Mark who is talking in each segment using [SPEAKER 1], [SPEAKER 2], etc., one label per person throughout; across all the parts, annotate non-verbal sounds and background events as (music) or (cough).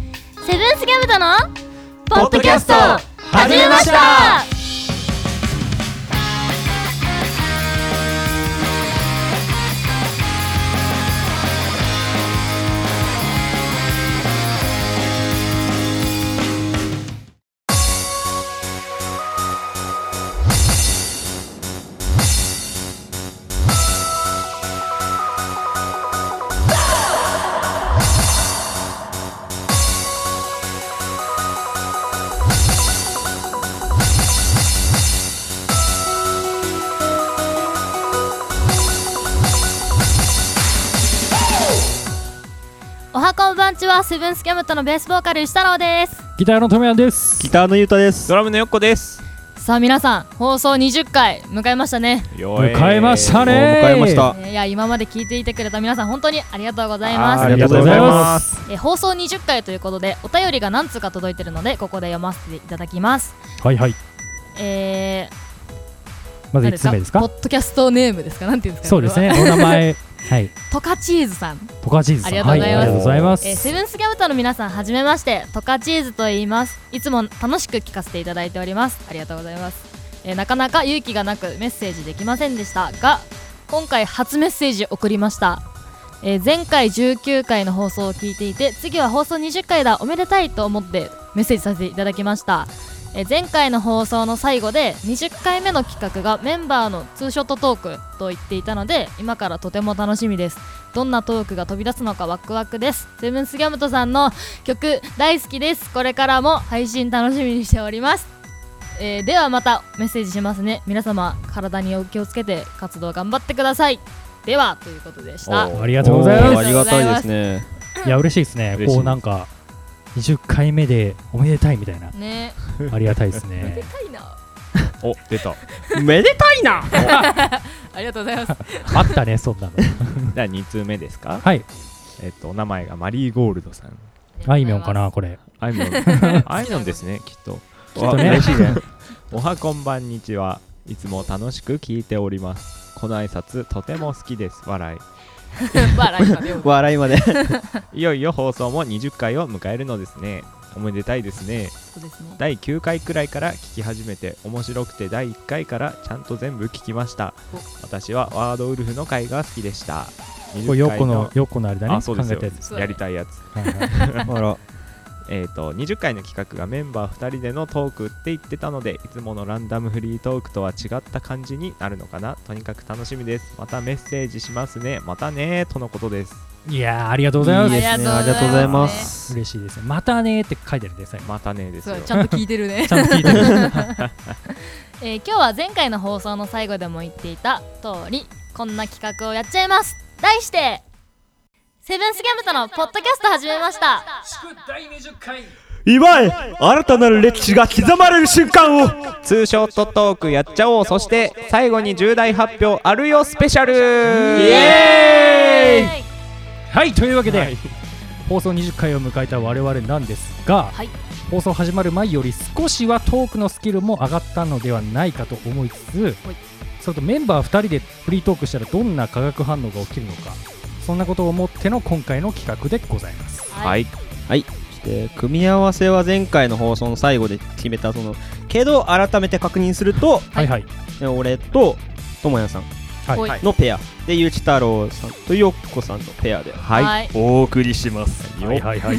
[SPEAKER 1] ルースギャムとの
[SPEAKER 2] ポッドキャスト始めました
[SPEAKER 1] おはこんばんちはセブンスギャムとのベースボーカル石太郎です
[SPEAKER 3] ギターのとめやんです。
[SPEAKER 4] ギターのゆうたです。
[SPEAKER 2] ドラムのよっこです
[SPEAKER 1] さあ皆さん放送20回迎えましたね
[SPEAKER 3] 迎えました
[SPEAKER 4] お
[SPEAKER 3] ね。
[SPEAKER 4] 迎えました。。
[SPEAKER 1] いや今まで聞いていてくれた皆さん本当にありがとうござい
[SPEAKER 2] あ
[SPEAKER 1] ま
[SPEAKER 2] ー
[SPEAKER 1] す
[SPEAKER 3] ありがとうございます
[SPEAKER 1] えー放送20回ということでお便りが何通か届いてるのでここで読ませていただきます
[SPEAKER 3] はいはい。
[SPEAKER 1] えー、
[SPEAKER 3] まず
[SPEAKER 1] 何
[SPEAKER 3] 一つ目ですか
[SPEAKER 1] ポ。ッドキャストネームですかなんていうんですか
[SPEAKER 3] そうですね。お名前。はい。
[SPEAKER 1] これはトカチーズさん
[SPEAKER 3] トカチーズさん。
[SPEAKER 1] ありがとうございます
[SPEAKER 3] はありがとうございます。
[SPEAKER 1] えーセブンスギャムタの皆さんはじめましてトカチーズと言いますいつも楽しく聞かせていただいておりますありがとうございます、えーなかなか勇気がなくメッセージできませんでしたが今回初メッセージ送りました、えー前回19回の放送を聞いていて次は放送20回だおめでたいと思ってメッセージさせていただきましたえー前回の放送の最後で20回目の企画がメンバーのツーショットトークと言っていたので今からとても楽しみですどんなトークが飛び出すのかワクワクですセブンスギャムトさんの曲大好きですこれからも配信楽しみにしております、えーではまたメッセージしますね皆様体にお気をつけて活動頑張ってくださいではということでした
[SPEAKER 4] お
[SPEAKER 3] ありがとうございます
[SPEAKER 4] おーありがたいですね。
[SPEAKER 3] いや嬉しいですね。
[SPEAKER 4] 嬉しい
[SPEAKER 3] こうなんか20回目でおめでたいみたいな
[SPEAKER 1] ね
[SPEAKER 3] ありがたいですね。
[SPEAKER 1] たいな
[SPEAKER 2] お出た
[SPEAKER 4] めでたいな。
[SPEAKER 1] ありがとうございます
[SPEAKER 3] あったねそんなの。
[SPEAKER 2] (laughs) じゃあ2通目ですか
[SPEAKER 3] はい。
[SPEAKER 2] えっとお名前がマリーゴールドさん
[SPEAKER 3] (laughs) あいみょんかなこれ。
[SPEAKER 2] あい
[SPEAKER 3] (laughs)
[SPEAKER 2] みょんあいみょんですねきっとき
[SPEAKER 3] っとね
[SPEAKER 2] 嬉しいねおはこんばんにちはいつも楽しく聞いておりますこの挨拶とても好きです笑
[SPEAKER 1] 笑いが出る
[SPEAKER 4] 笑いまで。
[SPEAKER 2] (laughs) いいよいよ放送も20回を迎えるのですねおめでたいですね
[SPEAKER 1] そうですね
[SPEAKER 2] 第9回くらいから聞き始めて面白くて第1回からちゃんと全部聞きました
[SPEAKER 1] お
[SPEAKER 2] 私はワードウルフの回が好きでした
[SPEAKER 3] (laughs) これ
[SPEAKER 2] 20
[SPEAKER 3] よ
[SPEAKER 2] 回
[SPEAKER 3] このよこのあれだね。
[SPEAKER 2] あそうですよ
[SPEAKER 3] 考えたやつ
[SPEAKER 2] やりたいやつ
[SPEAKER 3] はいはい。
[SPEAKER 4] あら。
[SPEAKER 2] (laughs) えー、と20回の企画がメンバー2人でのトークって言ってたのでいつものランダムフリートークとは違った感じになるのかなとにかく楽しみですまたメッセージしますねまたねーとのことです
[SPEAKER 3] いやーありがとうございま
[SPEAKER 4] い
[SPEAKER 3] す。
[SPEAKER 4] ですね
[SPEAKER 1] あ
[SPEAKER 4] あ
[SPEAKER 1] り
[SPEAKER 4] り
[SPEAKER 1] が
[SPEAKER 4] が
[SPEAKER 1] と
[SPEAKER 4] と
[SPEAKER 1] う
[SPEAKER 4] う
[SPEAKER 1] ご
[SPEAKER 4] ご
[SPEAKER 1] ざ
[SPEAKER 4] ざ
[SPEAKER 1] い
[SPEAKER 4] い
[SPEAKER 1] ま
[SPEAKER 4] ますす。
[SPEAKER 3] 嬉しいですね。またねーって書いてあるんですね。
[SPEAKER 2] またねーです
[SPEAKER 1] そ
[SPEAKER 2] よ
[SPEAKER 1] うちゃんと聞いてるね
[SPEAKER 3] ちゃんと聞いてる。
[SPEAKER 1] (laughs) えー今日は前回の放送の最後でも言っていた通りこんな企画をやっちゃいます題してセブンスギャムとのポッドキャスト始めました
[SPEAKER 4] 今へ新たなる歴史が刻まれる瞬間を。
[SPEAKER 2] ツーショットトークやっちゃおうそして最後に重大発表あるよスペシャルイエーイ
[SPEAKER 3] はいというわけで、放送20回を迎えた我々なんですが、
[SPEAKER 1] はい、
[SPEAKER 3] 放送始まる前より少しはトークのスキルも上がったのではないかと思いつつ、それとメンバー2人でフリートークしたらどんな化学反応が起きるのかそんなことを思っての今回の企画でございます
[SPEAKER 2] はいい
[SPEAKER 4] で組み合わせは前回の放送の最後で決めたそのけど改めて確認すると
[SPEAKER 3] はいはい
[SPEAKER 4] え俺とともやさん
[SPEAKER 3] はい
[SPEAKER 1] はい
[SPEAKER 4] のペアでゆうち太郎さんとよっこさんのペアで
[SPEAKER 2] はい、
[SPEAKER 1] はい
[SPEAKER 4] お送りします
[SPEAKER 3] はいはいはい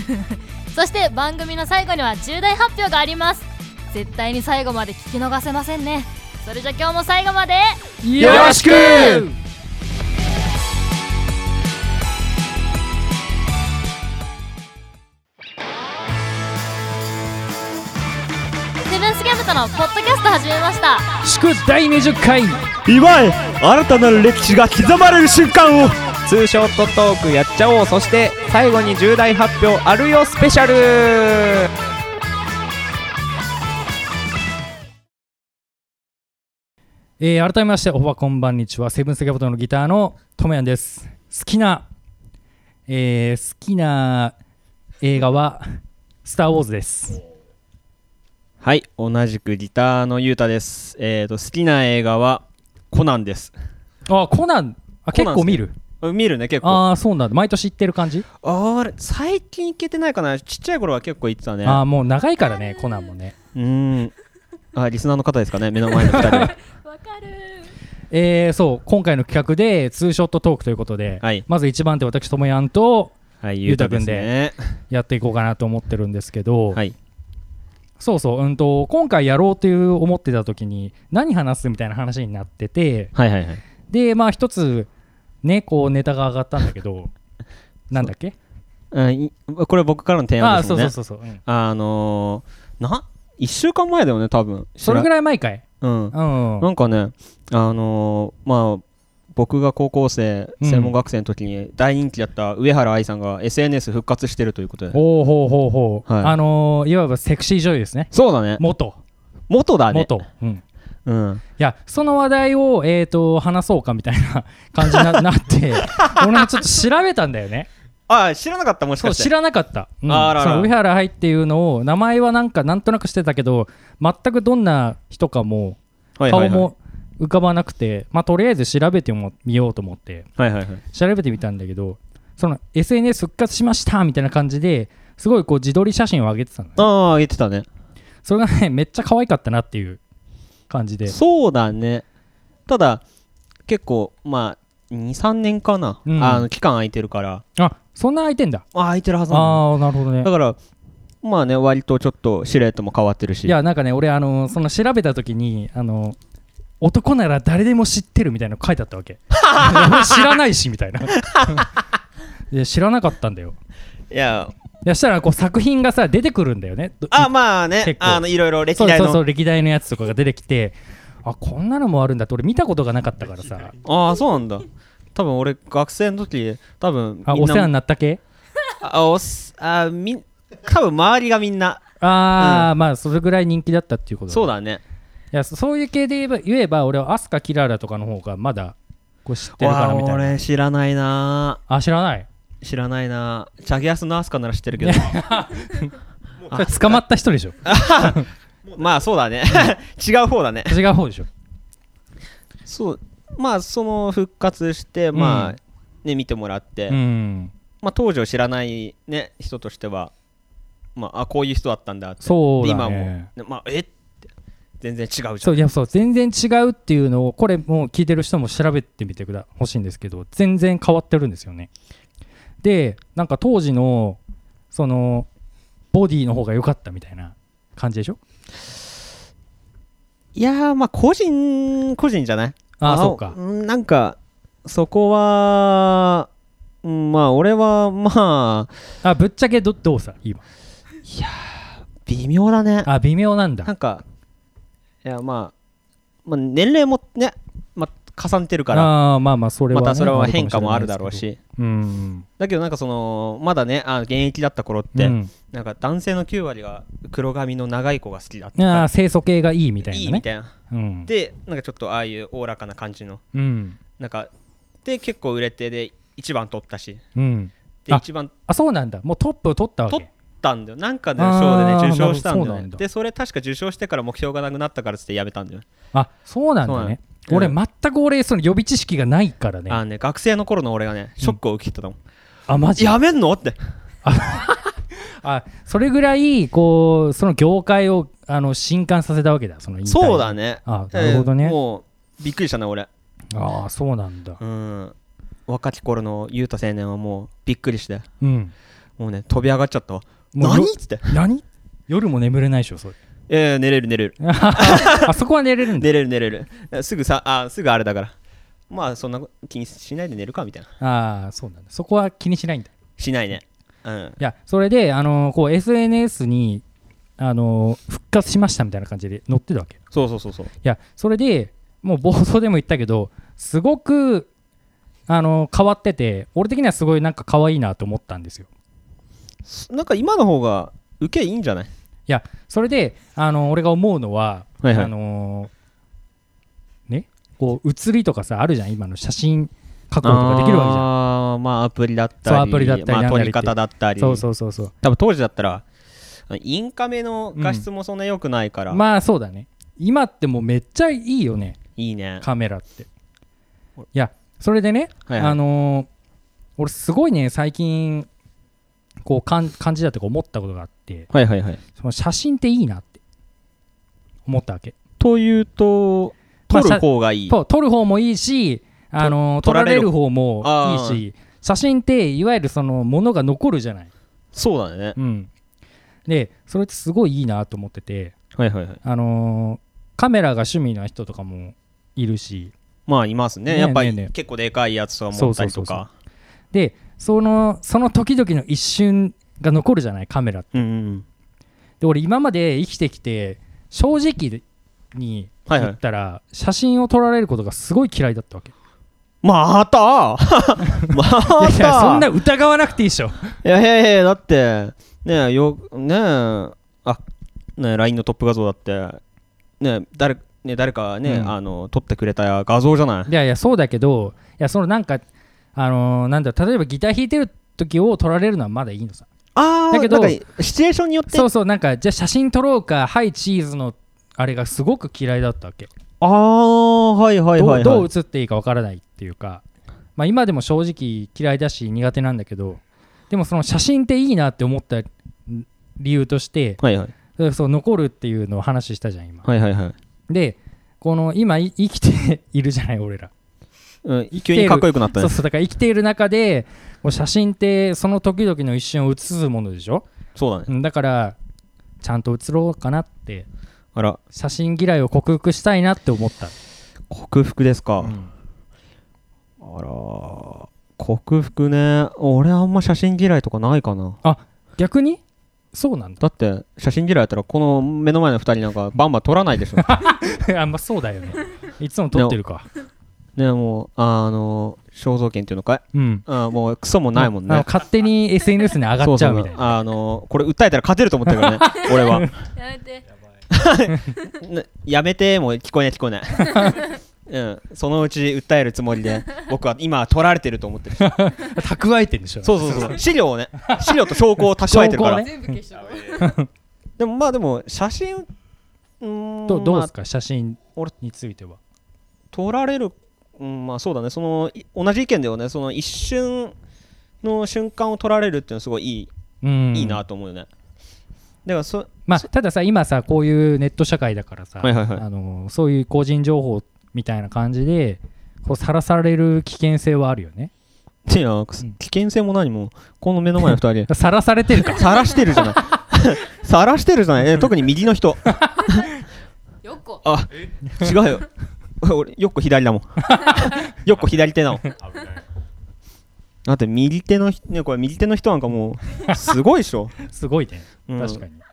[SPEAKER 1] そして番組の最後には重大発表があります絶対に最後まで聞き逃せませんねそれじゃ今日も最後まで
[SPEAKER 4] よろしく
[SPEAKER 1] セブンスギャムとのポッドキャスト始めました
[SPEAKER 3] 祝第20回
[SPEAKER 4] 今へ新たなる歴史が刻まれる瞬間を
[SPEAKER 2] ツーショットトークやっちゃおうそして最後に重大発表あるよスペシャル
[SPEAKER 3] えー改めましておはこんばんにちはセブンスギャボトのギターのともやんです好きな、えー好きな映画は「スター・ウォーズ」です
[SPEAKER 4] はい同じくギターのゆうたですえーと好きな映画はコナンです
[SPEAKER 3] あコナン
[SPEAKER 4] コ
[SPEAKER 3] あ結
[SPEAKER 4] ナン
[SPEAKER 3] 構見る
[SPEAKER 4] 見るね結構
[SPEAKER 3] ああそうなんだ毎年行ってる感じ、
[SPEAKER 4] あれ最近行けてないかなちっちゃい頃は結構行ってたね
[SPEAKER 3] ああもう長いからねコナンもね
[SPEAKER 4] うんあリスナーの方ですかね目の前の2人は
[SPEAKER 3] (laughs)
[SPEAKER 5] わかる
[SPEAKER 3] えー、そう今回の企画でツーショットトークということで、
[SPEAKER 4] はい
[SPEAKER 3] まず一番手私ともやんと
[SPEAKER 4] はい
[SPEAKER 3] ゆうたくん
[SPEAKER 4] で
[SPEAKER 3] でやっていこうかなと思ってるんですけど、
[SPEAKER 4] はい
[SPEAKER 3] そうそう、うん、と今回やろうっていう思ってた時に何話すみたいな話になってて
[SPEAKER 4] はいはいはい
[SPEAKER 3] でまあ一つねこうネタが上がったんだけ
[SPEAKER 4] (laughs)
[SPEAKER 3] どなんだっけ
[SPEAKER 4] うんいこれ僕からの提
[SPEAKER 3] あ
[SPEAKER 4] 案
[SPEAKER 3] あ
[SPEAKER 4] です
[SPEAKER 3] そ
[SPEAKER 4] も
[SPEAKER 3] うん
[SPEAKER 4] ね
[SPEAKER 3] そうそうそう、うん
[SPEAKER 4] あのー、な1週間前だよね多分
[SPEAKER 3] それぐ
[SPEAKER 4] い、
[SPEAKER 3] らい前かい、
[SPEAKER 4] うん
[SPEAKER 3] う、ん
[SPEAKER 4] なんかねあのー、まあ僕が高校生
[SPEAKER 3] うん
[SPEAKER 4] 専門学生の時に大人気だった上原愛さんが SNS 復活してるということで
[SPEAKER 3] おおほうほうほう、
[SPEAKER 4] はい
[SPEAKER 3] あのーいわばセクシー女優ですね
[SPEAKER 4] そうだね
[SPEAKER 3] 元
[SPEAKER 4] 元だね
[SPEAKER 3] 元、うん
[SPEAKER 4] うん
[SPEAKER 3] いやその話題を、えー、と話そうかみたいな感じに
[SPEAKER 4] (laughs)
[SPEAKER 3] ななって俺もちょっと調べたんだよね
[SPEAKER 4] あ知らなかったもし
[SPEAKER 3] そう
[SPEAKER 4] かし
[SPEAKER 3] 知
[SPEAKER 4] て
[SPEAKER 3] らなかった、うん、
[SPEAKER 4] あらら
[SPEAKER 3] その上原愛っていうのを名前はなんかなんとなくしてたけど全くどんな人かも
[SPEAKER 4] はいは
[SPEAKER 3] 顔
[SPEAKER 4] いはい
[SPEAKER 3] も浮かばなくて、まあ、とりあえず調べてもみようと思って
[SPEAKER 4] はいはいはい
[SPEAKER 3] 調べてみたんだけどその SNS 復活しましたみたいな感じですごいこう自撮り写真を上げてたのね
[SPEAKER 4] ああ言ってたね
[SPEAKER 3] それがねめっちゃ可愛かったなっていう感じで
[SPEAKER 4] そうだねただ結構まあ23年かな、
[SPEAKER 3] うん
[SPEAKER 4] あの期間空いてるから
[SPEAKER 3] あそんな空いてんだ
[SPEAKER 4] あ空いてるはずなんだ
[SPEAKER 3] ああなるほどね
[SPEAKER 4] だから、まあね、割とちょっとシルエットも変わってるし。
[SPEAKER 3] いやなんかね俺あのその調べた時にあの男なら誰でも知ってるみたいなの書いてあった
[SPEAKER 4] (laughs)
[SPEAKER 3] わけ俺知らないしみたいないや知らなかったんだよ
[SPEAKER 4] いや
[SPEAKER 3] いやしたらこう作品がさ出てくるんだよねど
[SPEAKER 4] あ、まあね
[SPEAKER 3] 結、構
[SPEAKER 4] あの、いろいろ歴
[SPEAKER 3] そう
[SPEAKER 4] 代
[SPEAKER 3] そ
[SPEAKER 4] の。
[SPEAKER 3] うそう歴代のやつとかが出てきてあこんなのもあるんだって俺見たことがなかったからさ
[SPEAKER 4] ああ、そうなんだ。多分俺、学生の時、多分
[SPEAKER 3] あ
[SPEAKER 4] みん
[SPEAKER 3] お
[SPEAKER 4] な
[SPEAKER 3] 世話になった系
[SPEAKER 4] あ、おすあみん、多分周りがみんな、
[SPEAKER 3] ああ、まあそれぐらい人気だったっていうこと
[SPEAKER 4] そう
[SPEAKER 3] だ
[SPEAKER 4] だね。
[SPEAKER 3] いやそそういう系で言えば言えば俺はアスカキララとかの方がまだこう知ってるかなみたい
[SPEAKER 4] わあ
[SPEAKER 3] な
[SPEAKER 4] 俺、知らないな
[SPEAKER 3] あ知らない
[SPEAKER 4] 知らないなチャゲアスのアスカなら知って
[SPEAKER 3] (laughs)
[SPEAKER 4] るけど。
[SPEAKER 3] それ捕まった人でしょ
[SPEAKER 4] まあ、そうだね。 (laughs) 違う方だね。
[SPEAKER 3] 違う方でしょ
[SPEAKER 4] そう。まあ、その復活して、まあ、ね、見てもらって。
[SPEAKER 3] うん、
[SPEAKER 4] まあ、当時を知らない、ね、人としては、まあ、あこういう人だったんだって
[SPEAKER 3] そうだ
[SPEAKER 4] で今も、
[SPEAKER 3] ね
[SPEAKER 4] ねまあ、えって全然違うじゃん
[SPEAKER 3] そういやそう全然違うっていうのをこれもう聞いてる人も調べてみてくだほしいんですけど全然変わってるんですよねでなんか当時のそのボディの方が良かったみたいな感じでしょ
[SPEAKER 4] いやーまあ個人個人じゃない
[SPEAKER 3] ああそうか
[SPEAKER 4] んなんかそこはうんまあ俺はまあ
[SPEAKER 3] あぶっちゃけどどうさ今
[SPEAKER 4] 微妙だね
[SPEAKER 3] あ微妙なん
[SPEAKER 4] なん
[SPEAKER 3] だ
[SPEAKER 4] かいやまあ、まあ、年齢もね、まあ、重ねてるから
[SPEAKER 3] ああまあまあそれは
[SPEAKER 4] ま
[SPEAKER 3] ね、
[SPEAKER 4] たそれは
[SPEAKER 3] るか
[SPEAKER 4] 変化もあるだろう
[SPEAKER 3] れないで
[SPEAKER 4] し
[SPEAKER 3] すけどうん
[SPEAKER 4] だけどなんかそのまだねあの現役だった頃って、
[SPEAKER 3] うん
[SPEAKER 4] なんか男性の9割が黒髪の長い子が好きだった
[SPEAKER 3] ああ清楚系がいいみたいなね
[SPEAKER 4] いいみたいな
[SPEAKER 3] うん
[SPEAKER 4] でなんかちょっとああいうおおらかな感じの
[SPEAKER 3] うん
[SPEAKER 4] なんかで結構売れてで1番取ったし
[SPEAKER 3] うん
[SPEAKER 4] で
[SPEAKER 3] あ
[SPEAKER 4] 一番取
[SPEAKER 3] あそうなんだもうトップを取ったわけ
[SPEAKER 4] 取ったんだよなんかで
[SPEAKER 3] あー
[SPEAKER 4] 賞でね受賞したんだ
[SPEAKER 3] なるほどそう
[SPEAKER 4] よ
[SPEAKER 3] な
[SPEAKER 4] ね
[SPEAKER 3] んだ
[SPEAKER 4] でそれ確か受賞してから目標がなくなったからっつってやめたんだよね
[SPEAKER 3] あそうなんだね。
[SPEAKER 4] そう
[SPEAKER 3] 俺、
[SPEAKER 4] なん
[SPEAKER 3] 全く俺、その予備知識がないからね。
[SPEAKER 4] あのね学生の頃の俺がねショックを受けてたもん
[SPEAKER 3] あ、マジ
[SPEAKER 4] やめんのって
[SPEAKER 3] あ、それぐらい、こう、その業界を、あの、震撼させたわけだ、その引退
[SPEAKER 4] そうだ。ね
[SPEAKER 3] あ、なるほど
[SPEAKER 4] えー
[SPEAKER 3] ね。
[SPEAKER 4] もうびっくりしたな俺
[SPEAKER 3] ああ、そうなんだ
[SPEAKER 4] う。ん若き頃の雄太青年はもうびっくりして
[SPEAKER 3] うん。
[SPEAKER 4] もうね飛び上がっちゃったわ
[SPEAKER 3] もう
[SPEAKER 4] 何
[SPEAKER 3] よ
[SPEAKER 4] っつって
[SPEAKER 3] 何夜も眠れないで
[SPEAKER 4] (laughs)
[SPEAKER 3] しょ、それ。
[SPEAKER 4] えー寝れる寝れる
[SPEAKER 3] あそこは寝れるんだ。
[SPEAKER 4] 寝れる寝れるえすぐさあすぐあれだからまあそんな気にしないで寝るかみたいな
[SPEAKER 3] ああ、そうなんだ。そこは気にしないんだ。
[SPEAKER 4] しないねうん
[SPEAKER 3] いや、それで、あのこう、SNS に、あの復活しましたみたいな感じで載ってたわけ。
[SPEAKER 4] そうそうそうそう
[SPEAKER 3] いやそれでもう冒頭でも言ったけどすごくあの変わってて俺的にはすごいなんか可愛いなと思ったんですよ
[SPEAKER 4] すなんか今の方が受けいいんじゃない
[SPEAKER 3] いやそれであの俺が思うのは、
[SPEAKER 4] はいはい
[SPEAKER 3] あのねこう写りとかさあるじゃん今の写真加工とかできるわけじゃん
[SPEAKER 4] あーまあアプリだったり
[SPEAKER 3] そうアプリだったり
[SPEAKER 4] ま
[SPEAKER 3] な
[SPEAKER 4] あ、
[SPEAKER 3] んだ
[SPEAKER 4] 撮
[SPEAKER 3] りっ
[SPEAKER 4] り
[SPEAKER 3] て
[SPEAKER 4] 方だったり
[SPEAKER 3] そうそうそうそう
[SPEAKER 4] 多分当時だったらインカメの画質もそんな良くないから、
[SPEAKER 3] まあそうだね今ってもうめっちゃいいよね
[SPEAKER 4] いいね
[SPEAKER 3] カメラっていやそれでね、
[SPEAKER 4] はいはい
[SPEAKER 3] あのー俺すごいね最近こう感感じだとか思ったことがあって
[SPEAKER 4] はいはいはい。
[SPEAKER 3] その写真っていいなって思ったわけ
[SPEAKER 4] というと、
[SPEAKER 3] まあ
[SPEAKER 4] 撮る方がいい。
[SPEAKER 3] そう撮る方もいいし、あの
[SPEAKER 4] 撮
[SPEAKER 3] 撮
[SPEAKER 4] ら
[SPEAKER 3] ら
[SPEAKER 4] れ
[SPEAKER 3] れ
[SPEAKER 4] る
[SPEAKER 3] る方もいいし写真っていわゆるそのものが残るじゃない、
[SPEAKER 4] そうだね。
[SPEAKER 3] うん、でそれってすごいいいなと思ってて、
[SPEAKER 4] はいはいはい。
[SPEAKER 3] あのーカメラが趣味な人とかもいるし
[SPEAKER 4] まあ、いますね。
[SPEAKER 3] ねえ
[SPEAKER 4] やっぱり、
[SPEAKER 3] ねえねえ
[SPEAKER 4] 結構でかいやつとか持ったりと
[SPEAKER 3] そう
[SPEAKER 4] か。
[SPEAKER 3] でそのその時々の一瞬が残るじゃないカメラって
[SPEAKER 4] うんうん。
[SPEAKER 3] で俺今まで生きてきて正直に
[SPEAKER 4] はいは
[SPEAKER 3] 言
[SPEAKER 4] い
[SPEAKER 3] っ。たら、写真を撮られることがすごい嫌いだったわけ
[SPEAKER 4] ま
[SPEAKER 3] (laughs)
[SPEAKER 4] たま
[SPEAKER 3] い
[SPEAKER 4] た
[SPEAKER 3] やいやそんな疑わなくていいでしょ
[SPEAKER 4] いやいやいやだってねえよねえあねえ LINE のトップ画像だってねえ誰ねえ誰かね、
[SPEAKER 3] うん
[SPEAKER 4] あの撮ってくれた画像じゃない
[SPEAKER 3] いやいやそうだけどいやそのなんかあのーなんだ例えばギター弾いてる時を撮られるのはまだいいのさ
[SPEAKER 4] あー
[SPEAKER 3] だけど
[SPEAKER 4] なんかシチュエーションによって
[SPEAKER 3] そうそうなんかじゃあ写真撮ろうかはいチーズのあれがすごく嫌いだったわけ
[SPEAKER 4] ああはいはいはいはい
[SPEAKER 3] どうどう映っていいかわからないっていうか、まあ、今でも正直嫌いだし苦手なんだけどでもその写真っていいなって思った理由として
[SPEAKER 4] はいはい
[SPEAKER 3] そう残るっていうのを話したじゃん今、
[SPEAKER 4] はいはいはい
[SPEAKER 3] でこの今い生きているじゃない俺ら、
[SPEAKER 4] うん
[SPEAKER 3] 生きて
[SPEAKER 4] 急
[SPEAKER 3] る
[SPEAKER 4] にかっこよくなった
[SPEAKER 3] そ
[SPEAKER 4] ね
[SPEAKER 3] うそうだから生きている中でこう写真ってその時々の一瞬を写すものでしょ、
[SPEAKER 4] そうだね
[SPEAKER 3] うんだからちゃんと写ろうかなって
[SPEAKER 4] あら
[SPEAKER 3] 写真嫌いを克服したいなって思った、
[SPEAKER 4] 克服ですか、
[SPEAKER 3] うん
[SPEAKER 4] あら克服ね俺あんま写真嫌いとかないかな
[SPEAKER 3] 逆にそ
[SPEAKER 4] (laughs)
[SPEAKER 3] うなんだ
[SPEAKER 4] だって写真嫌いだったらこの目の前の二人なんかバンバン撮らないでし
[SPEAKER 3] (laughs)
[SPEAKER 4] ょ
[SPEAKER 3] あんまあそうだよねいつも撮ってるか
[SPEAKER 4] ねもうあの肖像権っていうのかい
[SPEAKER 3] うん
[SPEAKER 4] あもうクソもないもん
[SPEAKER 3] あの
[SPEAKER 4] ね
[SPEAKER 3] 勝手に SNS に上がっちゃうみたい
[SPEAKER 4] そ
[SPEAKER 3] な
[SPEAKER 4] そあのこれ訴えたら勝てると思ってる
[SPEAKER 3] (laughs)
[SPEAKER 4] からね俺は
[SPEAKER 1] やめて
[SPEAKER 4] ねやめてもう聞こえない聞こえない (laughs) うん、そのうち訴えるつもりで僕は今取られてると思ってる
[SPEAKER 3] 蓄えてるんでしょ
[SPEAKER 4] そうそうそう資料をね資料と証拠を蓄えてるから、
[SPEAKER 3] 証拠を
[SPEAKER 1] 全
[SPEAKER 3] ね
[SPEAKER 1] 部消しちゃう
[SPEAKER 4] でもまあでも写真うーん
[SPEAKER 3] どどう
[SPEAKER 4] ま
[SPEAKER 3] で
[SPEAKER 4] あ
[SPEAKER 3] すか写真
[SPEAKER 4] 俺
[SPEAKER 3] については
[SPEAKER 4] 取られる、うん、まあそうだねそのい同じ意見だよねその一瞬の瞬間を取られるっていうのはすごいいい
[SPEAKER 3] うん
[SPEAKER 4] いいなと思うよね。だからそ
[SPEAKER 3] まあたださ今さこういうネット社会だからさ、
[SPEAKER 4] はいはいはい
[SPEAKER 3] あのそういう個人情報みたいな感じでこうさらされる危険性はあるよね
[SPEAKER 4] いやくす
[SPEAKER 3] うん
[SPEAKER 4] 危険性も何もこの目の前の二人 (laughs) で
[SPEAKER 3] さらされてるか
[SPEAKER 4] さらしてるじゃない (laughs) さらしてるじゃないえ特に右の人
[SPEAKER 1] よっこ
[SPEAKER 4] あ違うよ (laughs) 俺よっこ左だ (laughs) もんよっこ左手だもんだって右手のひねこれ右手の人なんかもうすごいでしょ、
[SPEAKER 3] すごいね
[SPEAKER 4] うん、
[SPEAKER 3] 確かに、
[SPEAKER 4] だ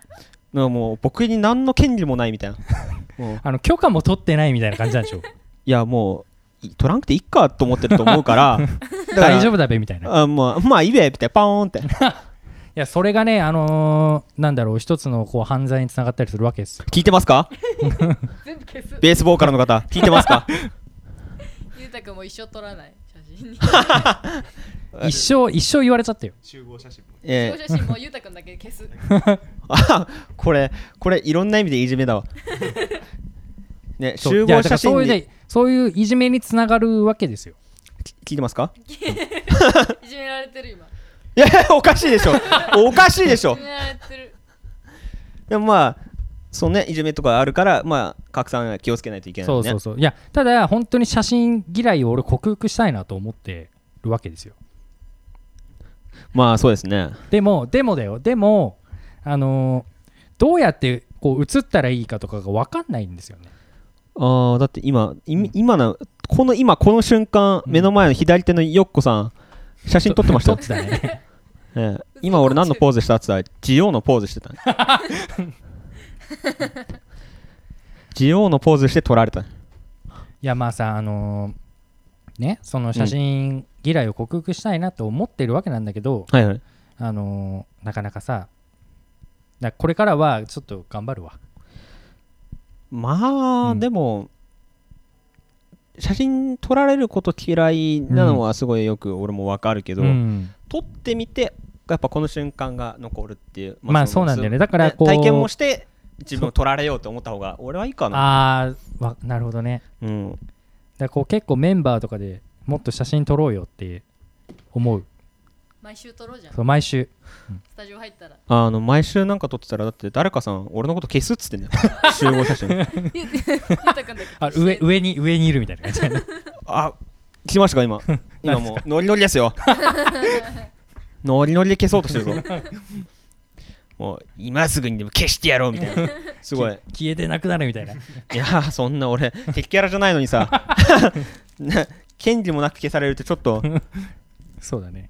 [SPEAKER 4] らもう僕に何の権利もないみ
[SPEAKER 3] (laughs)
[SPEAKER 4] たいなもう
[SPEAKER 3] あの許可も取ってないみたいな感じなんでしょ
[SPEAKER 4] いやもう取らなくていいかと思ってると思うから
[SPEAKER 3] (laughs) 大丈
[SPEAKER 4] 夫
[SPEAKER 3] 夫だべみたいない
[SPEAKER 4] あまあまあいいべみたいなパーンって
[SPEAKER 3] やそれがねあのーなんだろう一つのこう犯罪につながったりするわけですよ
[SPEAKER 4] 聞いてますか
[SPEAKER 1] 全部消す
[SPEAKER 4] ベースボーカルの方聞いてま
[SPEAKER 1] (laughs)
[SPEAKER 4] すか
[SPEAKER 1] ゆうたくんも一生撮らない写真に
[SPEAKER 4] え
[SPEAKER 3] 一生一生言われちゃったよ
[SPEAKER 2] 集合写真も
[SPEAKER 4] えー
[SPEAKER 1] その写真もゆうたくんだけ消す
[SPEAKER 4] あこれこれいろんな意味でいじめ
[SPEAKER 1] (laughs)
[SPEAKER 4] だわね
[SPEAKER 3] そ
[SPEAKER 4] 集
[SPEAKER 3] ういや
[SPEAKER 4] 合
[SPEAKER 3] だか
[SPEAKER 4] 写
[SPEAKER 3] らそ
[SPEAKER 4] 真
[SPEAKER 3] ういう
[SPEAKER 4] に
[SPEAKER 3] ねそういういじめにつながるわけですよ
[SPEAKER 4] 聞いてますか
[SPEAKER 1] いじめられてる今い
[SPEAKER 4] いやいやおかしいでしょおかしいでしょ
[SPEAKER 1] じめられてる
[SPEAKER 4] でもまあそのねいじめとかあるからまあ拡散は気をつけないといけない
[SPEAKER 3] そ
[SPEAKER 4] ね
[SPEAKER 3] うそうそういやただ本当に写真嫌いを俺克服したいなと思ってるわけですよ
[SPEAKER 4] まあそうですね
[SPEAKER 3] でもでもだよでもあのーどうやってこう映ったらいいかとかが分かんないんですよね
[SPEAKER 4] あーだって今い今のこの今この瞬間
[SPEAKER 3] うん
[SPEAKER 4] 目の前の左手のよっこさん写真撮ってました
[SPEAKER 3] 撮
[SPEAKER 4] よ
[SPEAKER 3] (laughs) っ、てたね
[SPEAKER 4] (laughs) ええ今俺何のポーズしたって言ったらジオウのポーズして
[SPEAKER 3] (laughs)
[SPEAKER 4] たねジオウのポーズして撮られた
[SPEAKER 3] いやまあさあのーねその写真嫌いを克服したいなと思ってるわけなんだけど、
[SPEAKER 4] はいはい
[SPEAKER 3] あのーなかなかさだからこれからはちょっと頑張るわ
[SPEAKER 4] まあ、
[SPEAKER 3] うん
[SPEAKER 4] でも写真撮られること嫌いなのはすごいよく俺もわかるけど、
[SPEAKER 3] うん
[SPEAKER 4] 撮ってみてやっぱこの瞬間が残るっていう
[SPEAKER 3] まあそうなんだよねだ
[SPEAKER 4] だ
[SPEAKER 3] からこう
[SPEAKER 4] 体験もして自分を撮られようと思った方が俺はいいかな
[SPEAKER 3] あーわなるほどね
[SPEAKER 4] うん
[SPEAKER 3] だからこう結構メンバーとかでもっと写真撮ろうよって思う
[SPEAKER 1] 毎週撮ろうじゃん。ス
[SPEAKER 3] そう毎週
[SPEAKER 1] タジオ入った
[SPEAKER 5] (laughs)
[SPEAKER 1] ら。
[SPEAKER 4] あの毎週なんか撮ってたらだって誰かさん俺のこと消すっつ (laughs) ってんだよ集合写真
[SPEAKER 1] ゆうたくんだけ。
[SPEAKER 3] あ上。上に上にいるみたいな感じだね
[SPEAKER 4] あ来ました (laughs) か今今もうノリノリです (laughs) よノリノリで消そうと (laughs) してるぞもう今すぐにでも消してやろうみた (laughs) いなすごい
[SPEAKER 3] 消えてなくなるみたいない
[SPEAKER 4] やーそんな俺敵キャラじゃないのに (laughs) さな権利もなく消されるってちょっと
[SPEAKER 3] (laughs) そうだね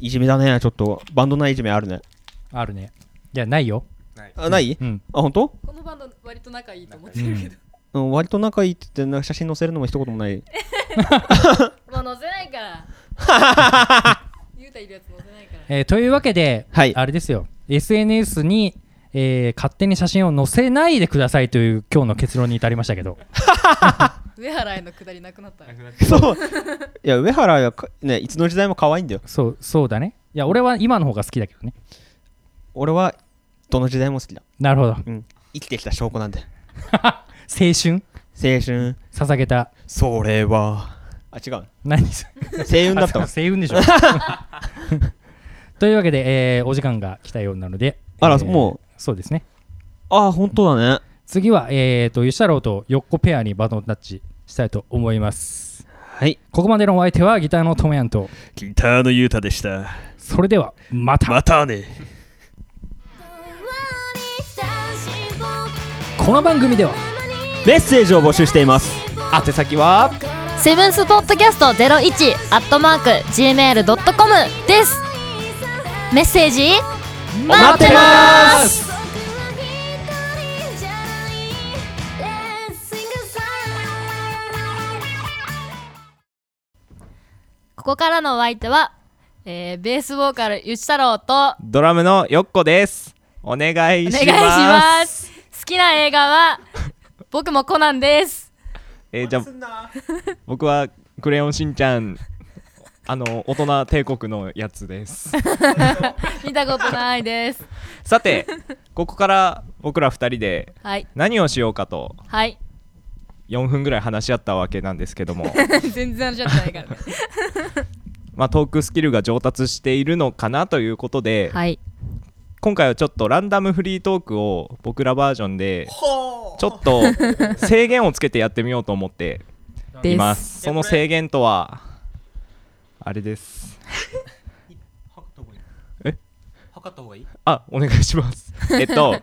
[SPEAKER 4] いじめだねちょっとバンドないいじめあるね
[SPEAKER 3] あるねじゃないよ
[SPEAKER 4] あない
[SPEAKER 3] うん
[SPEAKER 4] あ本当
[SPEAKER 1] このバンド割と仲いいと思ってるけど。
[SPEAKER 4] うん割と仲いいって言ってなんか写真載せるのも一言もない
[SPEAKER 1] もう載せないから。ゆうたいるやつ載せない
[SPEAKER 5] (laughs)
[SPEAKER 1] から。
[SPEAKER 3] えーというわけで、
[SPEAKER 4] はい
[SPEAKER 3] あれですよ SNS に、えー勝手に写真を載せないでくださいという今日の結論に至りましたけど
[SPEAKER 1] 上原への下りなくなった。
[SPEAKER 4] そう (laughs) いや上原はかねいつの時代も可愛いんだよ
[SPEAKER 3] そうそうだねいや俺は今の方が好きだけどね
[SPEAKER 4] 俺はどの時代も好きだ
[SPEAKER 3] なるほど青
[SPEAKER 4] うん生きてきた証拠なんだよ
[SPEAKER 3] 春
[SPEAKER 4] 青春
[SPEAKER 3] 捧げた
[SPEAKER 4] それはあ違う
[SPEAKER 3] 何それ
[SPEAKER 4] 声運だった
[SPEAKER 3] あ
[SPEAKER 4] わ
[SPEAKER 3] (laughs) そう青雲でしょというわけで、えーお時間が来たようなので
[SPEAKER 4] あら
[SPEAKER 3] えー
[SPEAKER 4] も
[SPEAKER 3] そうですね
[SPEAKER 4] あ本当だね
[SPEAKER 3] 次は、えー、と吉太郎とよっこペアにバトンタッチしたいと思います
[SPEAKER 4] はい
[SPEAKER 3] ここまでのお相手はギターのともやんと
[SPEAKER 6] ギターのゆうたでした。
[SPEAKER 3] それではまた
[SPEAKER 6] またね。
[SPEAKER 3] この番組では
[SPEAKER 4] メッセージを募集しています宛先は
[SPEAKER 5] セブンスポッドキャスト01アットマーク gmail.com ですメッセージ
[SPEAKER 4] 待ってます
[SPEAKER 7] Sing
[SPEAKER 5] ここからのお相手は、えー、ベースボーカルゆち太郎とお
[SPEAKER 2] ドラムのよっこですお願いします
[SPEAKER 5] 願いします好きな映画は僕もコナンです
[SPEAKER 2] えーじゃあ僕はクレヨンしんちゃんあの大人帝国のやつです
[SPEAKER 5] 見たことないです
[SPEAKER 2] さてここから僕ら二人で
[SPEAKER 5] はい
[SPEAKER 2] 何をしようかと
[SPEAKER 5] はい
[SPEAKER 2] 4分ぐらい話し合ったわけなんですけども (laughs)
[SPEAKER 1] 全然話し合ってないからね。
[SPEAKER 2] まあトークスキルが上達しているのかなということで、
[SPEAKER 5] はい
[SPEAKER 2] 今回はちょっとランダムフリートークを僕らバージョンでちょっと制限をつけてやってみようと思って
[SPEAKER 5] で
[SPEAKER 2] いますすその制限とはあれです
[SPEAKER 8] 測った方がいい
[SPEAKER 2] あお願いしますえっと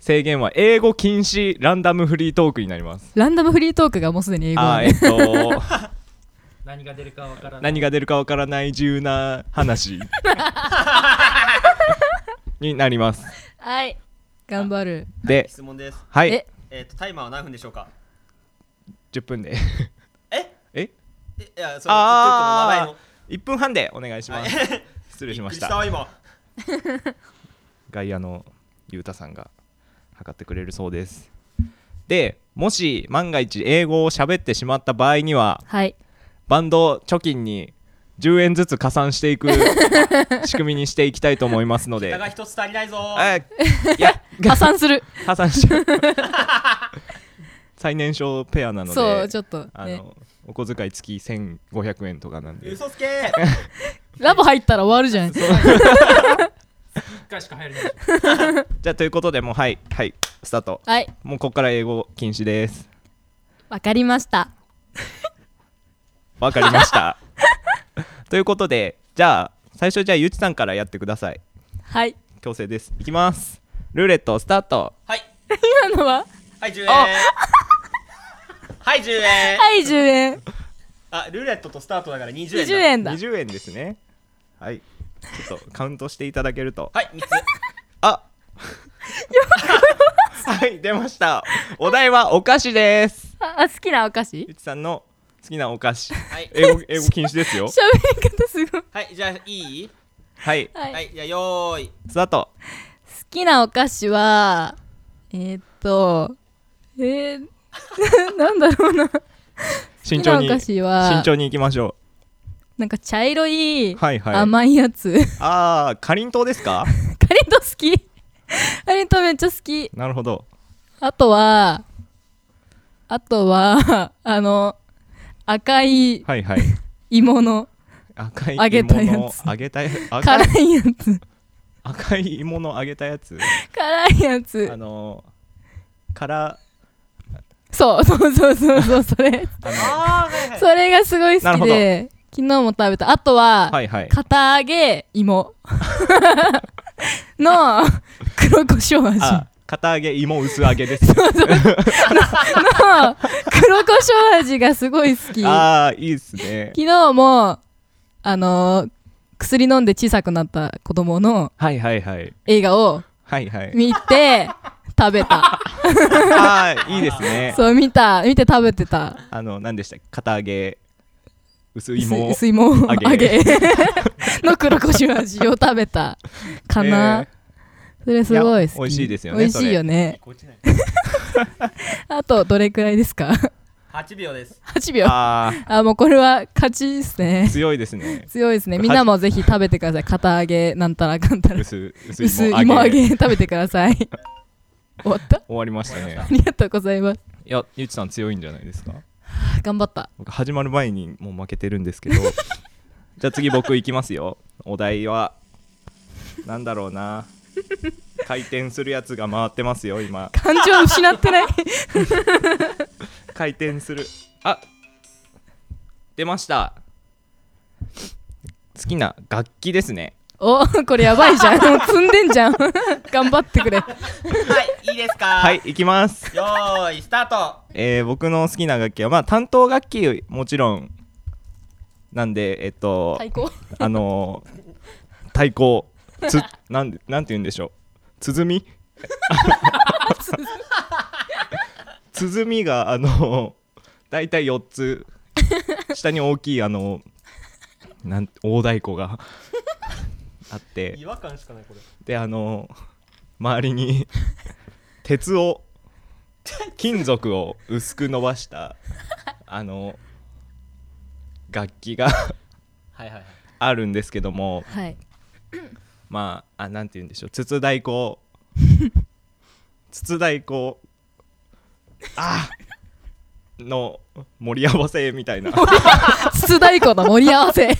[SPEAKER 2] 制限は英語禁止ランダムフリートークになります
[SPEAKER 1] ランダムフリートークがもうすでに英語
[SPEAKER 2] あ
[SPEAKER 1] な
[SPEAKER 2] ー
[SPEAKER 1] の
[SPEAKER 2] えっと
[SPEAKER 3] 何が出るかわから
[SPEAKER 2] 何が出るかわからない自由な
[SPEAKER 4] (laughs)
[SPEAKER 2] 話になります
[SPEAKER 5] はい
[SPEAKER 1] 頑張る。
[SPEAKER 2] で
[SPEAKER 4] 質問です
[SPEAKER 2] はい
[SPEAKER 5] え
[SPEAKER 4] えっ、とタイマーは何分でしょうか
[SPEAKER 2] 10分で
[SPEAKER 4] えいや
[SPEAKER 2] あ
[SPEAKER 4] その一個一個の名前の
[SPEAKER 2] 1分半でお願いします失礼しまし
[SPEAKER 4] びっくりした
[SPEAKER 2] た
[SPEAKER 4] わ今
[SPEAKER 2] 外野のゆうたさんが測ってくれるそうですでもし万が一英語を喋ってしまった場合には
[SPEAKER 5] はい
[SPEAKER 2] バンド貯金に10円ずつ加算していく仕組みにしていきたいと思いますの
[SPEAKER 4] (laughs)
[SPEAKER 2] で
[SPEAKER 4] だが一つ足りないぞ
[SPEAKER 2] あいや
[SPEAKER 1] 破産す
[SPEAKER 4] (laughs)
[SPEAKER 1] る。
[SPEAKER 2] 破産しちゃう最年少ペアなので
[SPEAKER 1] そう、ちょっと
[SPEAKER 2] あ
[SPEAKER 1] ね。
[SPEAKER 2] のお小遣い付き1500円とかなんで
[SPEAKER 4] 嘘つけ
[SPEAKER 1] ラボ入ったら終わるじゃん。
[SPEAKER 3] 一回しか入れない
[SPEAKER 2] じゃあということでもうはいはいスタート
[SPEAKER 5] はい
[SPEAKER 2] もうここから英語禁止です
[SPEAKER 5] わかりました
[SPEAKER 2] わかりました
[SPEAKER 1] (laughs)
[SPEAKER 2] ということでじゃあ最初じゃあゆちさんからやってください
[SPEAKER 5] はい
[SPEAKER 2] 強制ですいきますルーレットスタート
[SPEAKER 5] 今のは
[SPEAKER 4] はい10円はい10円
[SPEAKER 5] はい10円
[SPEAKER 4] あルーレットとスタートだから20
[SPEAKER 5] 20
[SPEAKER 4] 円だ
[SPEAKER 5] 円だ
[SPEAKER 2] 20円ですねはいちょっとカウントしていただけると
[SPEAKER 4] はい3つ
[SPEAKER 2] (laughs) あはい出ましたお題はお菓子です
[SPEAKER 5] あ好きなお菓子 (laughs)
[SPEAKER 2] ゆちさんの好きなお菓子
[SPEAKER 4] はい
[SPEAKER 2] 英語英語禁止です
[SPEAKER 5] (laughs)
[SPEAKER 2] よ
[SPEAKER 5] 喋り方すごい
[SPEAKER 4] はいじゃあいい
[SPEAKER 2] はい
[SPEAKER 5] はい
[SPEAKER 4] はいじゃあよーい
[SPEAKER 2] スタート
[SPEAKER 5] 好きなお菓子はえー、っとえー、 (laughs) なんだろうな好き
[SPEAKER 2] 慎重
[SPEAKER 5] なお
[SPEAKER 2] に
[SPEAKER 5] 菓
[SPEAKER 2] 慎
[SPEAKER 5] 子は
[SPEAKER 2] 重にいきましょ
[SPEAKER 5] なんか茶色いう
[SPEAKER 2] はいはいあ
[SPEAKER 5] 甘いやつ、 (laughs)
[SPEAKER 2] あーかりんとうですか
[SPEAKER 5] カリント好きカリントめっちゃ好き
[SPEAKER 2] なるほど
[SPEAKER 5] あとは (laughs) あとはあの赤い
[SPEAKER 2] はいはい
[SPEAKER 5] 芋の
[SPEAKER 2] 赤い
[SPEAKER 5] 揚げ
[SPEAKER 2] 芋
[SPEAKER 5] たやつ
[SPEAKER 2] の揚げたやつ赤い
[SPEAKER 5] 辛いやつ
[SPEAKER 2] (laughs) 赤い芋の揚げたやつ
[SPEAKER 5] 辛いや
[SPEAKER 2] あ
[SPEAKER 5] つ
[SPEAKER 2] のから
[SPEAKER 5] そうそうそうそうそうそれ
[SPEAKER 8] あーはいはい
[SPEAKER 5] それがすごい好きで昨日も食べたあとは、
[SPEAKER 2] はいはい
[SPEAKER 5] 片揚げ
[SPEAKER 2] (laughs)
[SPEAKER 5] 芋の黒胡椒味
[SPEAKER 2] あ片揚げ芋薄揚げです
[SPEAKER 5] の黒胡椒味がすごい好き昨
[SPEAKER 2] ああいいですね
[SPEAKER 5] 日もあのー薬飲んで小さくなった子供の
[SPEAKER 2] はいはいはい
[SPEAKER 5] 映画を
[SPEAKER 2] はいはい
[SPEAKER 5] 見て食べた
[SPEAKER 2] ああいいですね
[SPEAKER 5] (laughs) そう見た見て食べてた
[SPEAKER 2] あの何でしたっけ片揚げ薄
[SPEAKER 5] 薄
[SPEAKER 2] 芋
[SPEAKER 5] 薄いもん
[SPEAKER 2] 揚げ
[SPEAKER 5] 揚げ (laughs) の黒胡椒味を食べたかな、それすごい好き
[SPEAKER 2] いや美味しいですよね
[SPEAKER 5] 美味しいよね (laughs)
[SPEAKER 8] こっちない
[SPEAKER 5] あとどれくらいですか
[SPEAKER 8] 8秒です
[SPEAKER 5] 8秒あ
[SPEAKER 2] ああ
[SPEAKER 5] もうこれは勝ちですね
[SPEAKER 2] 強いです
[SPEAKER 5] (laughs)
[SPEAKER 2] ね
[SPEAKER 5] 強いですねみんなもぜひ食べてください片揚げなんたらかんたら
[SPEAKER 2] 薄薄
[SPEAKER 5] 薄
[SPEAKER 2] 芋
[SPEAKER 5] 芋
[SPEAKER 2] 揚げ
[SPEAKER 5] 揚げ (laughs) 食べてください終わったあ
[SPEAKER 2] 終わりましたね
[SPEAKER 5] りがとうございます
[SPEAKER 2] いやゆうちさん強いんじゃないですか
[SPEAKER 5] あ頑張った
[SPEAKER 2] 僕始まる前にもう負けてるんです
[SPEAKER 5] (laughs)
[SPEAKER 2] けどじゃあ次僕いきますよお題はなんだろうな回転するやつが回ってますよ今
[SPEAKER 5] 感情を失ってない
[SPEAKER 2] 回転するあ出ました好きな楽器ですね
[SPEAKER 5] おこれやばいじゃん (laughs) もう積んでんじゃん頑張ってくれ
[SPEAKER 8] はいいいですか
[SPEAKER 2] はい行きます
[SPEAKER 8] よーいスタート
[SPEAKER 2] えー僕の好きな楽器はまあ担当楽器もちろんなんでえっと、
[SPEAKER 5] 最高
[SPEAKER 2] あのー、太鼓つなんでなんて言うんでしょう鼓鼓があのだいたい4つ下に大きいあのなん大太鼓があって
[SPEAKER 8] 違和感しかないこれ
[SPEAKER 2] であの周りに鉄を金属を薄く伸ばしたあの楽器が
[SPEAKER 8] はいはいはい
[SPEAKER 2] あるんですけども
[SPEAKER 5] はい
[SPEAKER 2] まああなんて言うんでしょう筒太
[SPEAKER 8] (laughs)
[SPEAKER 2] 鼓筒太鼓あーの盛り合わせみ
[SPEAKER 8] (laughs)
[SPEAKER 2] たいな
[SPEAKER 5] 筒太鼓の盛り合わ (laughs) せ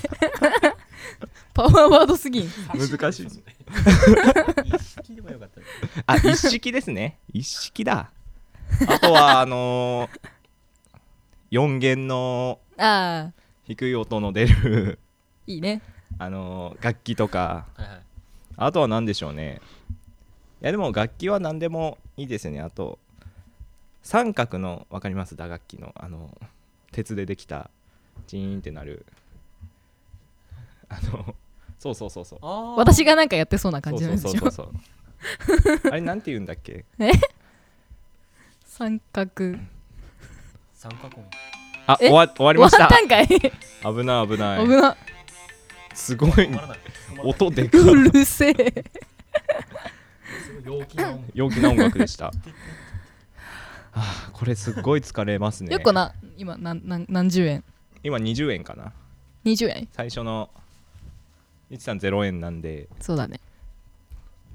[SPEAKER 5] パワーワードすぎん
[SPEAKER 2] 難しい
[SPEAKER 8] 一式でもよかったです
[SPEAKER 2] あ一式ですね一式だあとはあのー、4弦の
[SPEAKER 5] ああ
[SPEAKER 2] 低い音の出る
[SPEAKER 5] いいね
[SPEAKER 2] あのー楽器とか
[SPEAKER 8] はいはい
[SPEAKER 2] あとは何でしょうねいやでも楽器は何でもいいですねあと三角の分かります打楽器のあの鉄でできたジーンってなるあのそうそうそうそう
[SPEAKER 8] あー
[SPEAKER 5] 私がなんかやってそうな
[SPEAKER 2] そ
[SPEAKER 5] 感
[SPEAKER 2] う
[SPEAKER 5] じな
[SPEAKER 2] そ
[SPEAKER 5] ん
[SPEAKER 2] う
[SPEAKER 5] で
[SPEAKER 2] そう
[SPEAKER 5] し
[SPEAKER 2] そう
[SPEAKER 5] ょ
[SPEAKER 2] そうあれなんて言うんだっけ
[SPEAKER 5] 三角
[SPEAKER 8] 三角音
[SPEAKER 2] あ
[SPEAKER 5] え
[SPEAKER 2] 終わ終わりました
[SPEAKER 5] ワンタンかい
[SPEAKER 2] 危ない危ない
[SPEAKER 5] 危な
[SPEAKER 2] すごい
[SPEAKER 8] 止まらない止まらな
[SPEAKER 2] 音でかいう
[SPEAKER 5] るせえ
[SPEAKER 8] いすごい陽気な音
[SPEAKER 2] 陽気な音楽でしたはあこれすっごい疲れます
[SPEAKER 5] (laughs)
[SPEAKER 2] ね
[SPEAKER 5] よっこな今なんなん何十円
[SPEAKER 2] 今20円かな
[SPEAKER 5] 20円
[SPEAKER 2] 最初の130円なんで
[SPEAKER 5] そうだね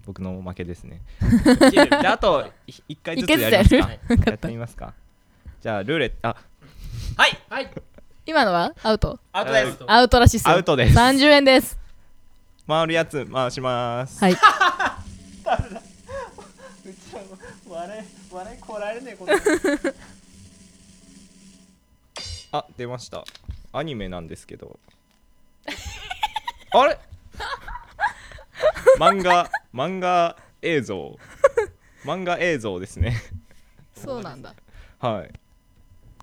[SPEAKER 2] 僕の負けです (laughs) ね
[SPEAKER 8] いける
[SPEAKER 2] であと1回ずつ
[SPEAKER 5] 一回ず
[SPEAKER 2] や
[SPEAKER 5] つ
[SPEAKER 2] り
[SPEAKER 5] や
[SPEAKER 2] ますか
[SPEAKER 5] る (laughs)
[SPEAKER 2] や
[SPEAKER 5] 分かっ
[SPEAKER 2] ったてみますかじゃあルーレットあ
[SPEAKER 8] はいはい
[SPEAKER 5] 今のはアウト
[SPEAKER 8] アウトです
[SPEAKER 5] アウトらしいっす
[SPEAKER 2] ア
[SPEAKER 5] よ
[SPEAKER 2] ウトです
[SPEAKER 5] 30円です
[SPEAKER 2] 回るやつ回します
[SPEAKER 5] はい
[SPEAKER 8] 笑い笑いこられねえこの
[SPEAKER 2] (laughs) あ出ましたアニメなんですけど (laughs) あれ漫画漫画映像漫画映像ですね (laughs)
[SPEAKER 5] そうなんだ
[SPEAKER 2] はい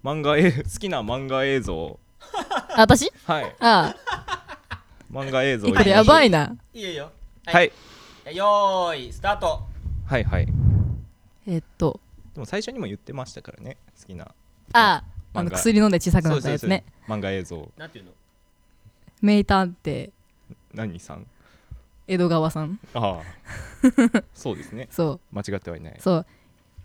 [SPEAKER 2] 漫画え好きな漫画映像
[SPEAKER 5] あ私
[SPEAKER 2] はい
[SPEAKER 5] あ
[SPEAKER 2] 漫画映像
[SPEAKER 5] あこれやば
[SPEAKER 2] い
[SPEAKER 5] いない
[SPEAKER 8] いよいいよ
[SPEAKER 2] はい
[SPEAKER 8] よーいスタート
[SPEAKER 2] はいはいで
[SPEAKER 5] えっと
[SPEAKER 2] も最初にも言ってましたからね好きな
[SPEAKER 5] ああ
[SPEAKER 2] 漫
[SPEAKER 5] の
[SPEAKER 2] 画
[SPEAKER 5] 薬飲んで小さくな
[SPEAKER 2] そう
[SPEAKER 5] った
[SPEAKER 2] そう
[SPEAKER 5] や
[SPEAKER 2] そ
[SPEAKER 5] つ
[SPEAKER 2] う
[SPEAKER 5] ね
[SPEAKER 2] 漫画映像
[SPEAKER 8] なんていうの
[SPEAKER 5] 名探偵
[SPEAKER 2] 何さん
[SPEAKER 5] 江戸川さん (laughs)
[SPEAKER 2] ああそうですね
[SPEAKER 5] そ
[SPEAKER 2] 間違ってはいないう
[SPEAKER 5] そう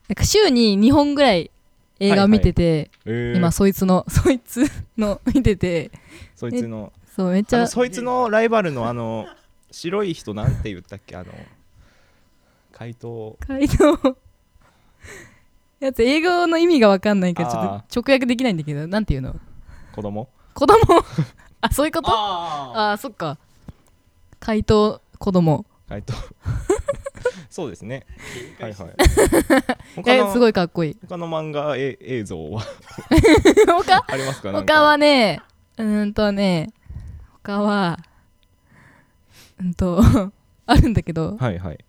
[SPEAKER 5] なんか週に2本ぐらい映画を見てて
[SPEAKER 2] えー、
[SPEAKER 5] 今そいつの (laughs) そいつの見てて
[SPEAKER 2] そいつの
[SPEAKER 5] そうめっち
[SPEAKER 2] あの
[SPEAKER 5] ゃ
[SPEAKER 2] そいつのライバルのあの白い人なんて言ったっけあの怪盗
[SPEAKER 5] 回答やつ英語の意味がわかんないからちょ
[SPEAKER 2] あ
[SPEAKER 5] っと直訳できないんだけどなんていうの
[SPEAKER 2] 子供
[SPEAKER 5] 子供 (laughs) あそういうことあ
[SPEAKER 8] あ
[SPEAKER 5] あーそっか回答子供
[SPEAKER 2] 回
[SPEAKER 5] (laughs)
[SPEAKER 2] 答そうですねはいはい
[SPEAKER 5] (laughs)
[SPEAKER 2] 他
[SPEAKER 5] え
[SPEAKER 2] の
[SPEAKER 5] すごいかっ
[SPEAKER 2] (laughs)
[SPEAKER 5] こいい
[SPEAKER 2] 他の漫画え映像は
[SPEAKER 5] 他
[SPEAKER 2] ありますかなんか
[SPEAKER 5] 他はねうーんとね他はうんと (laughs) あるんだけど
[SPEAKER 2] はいはい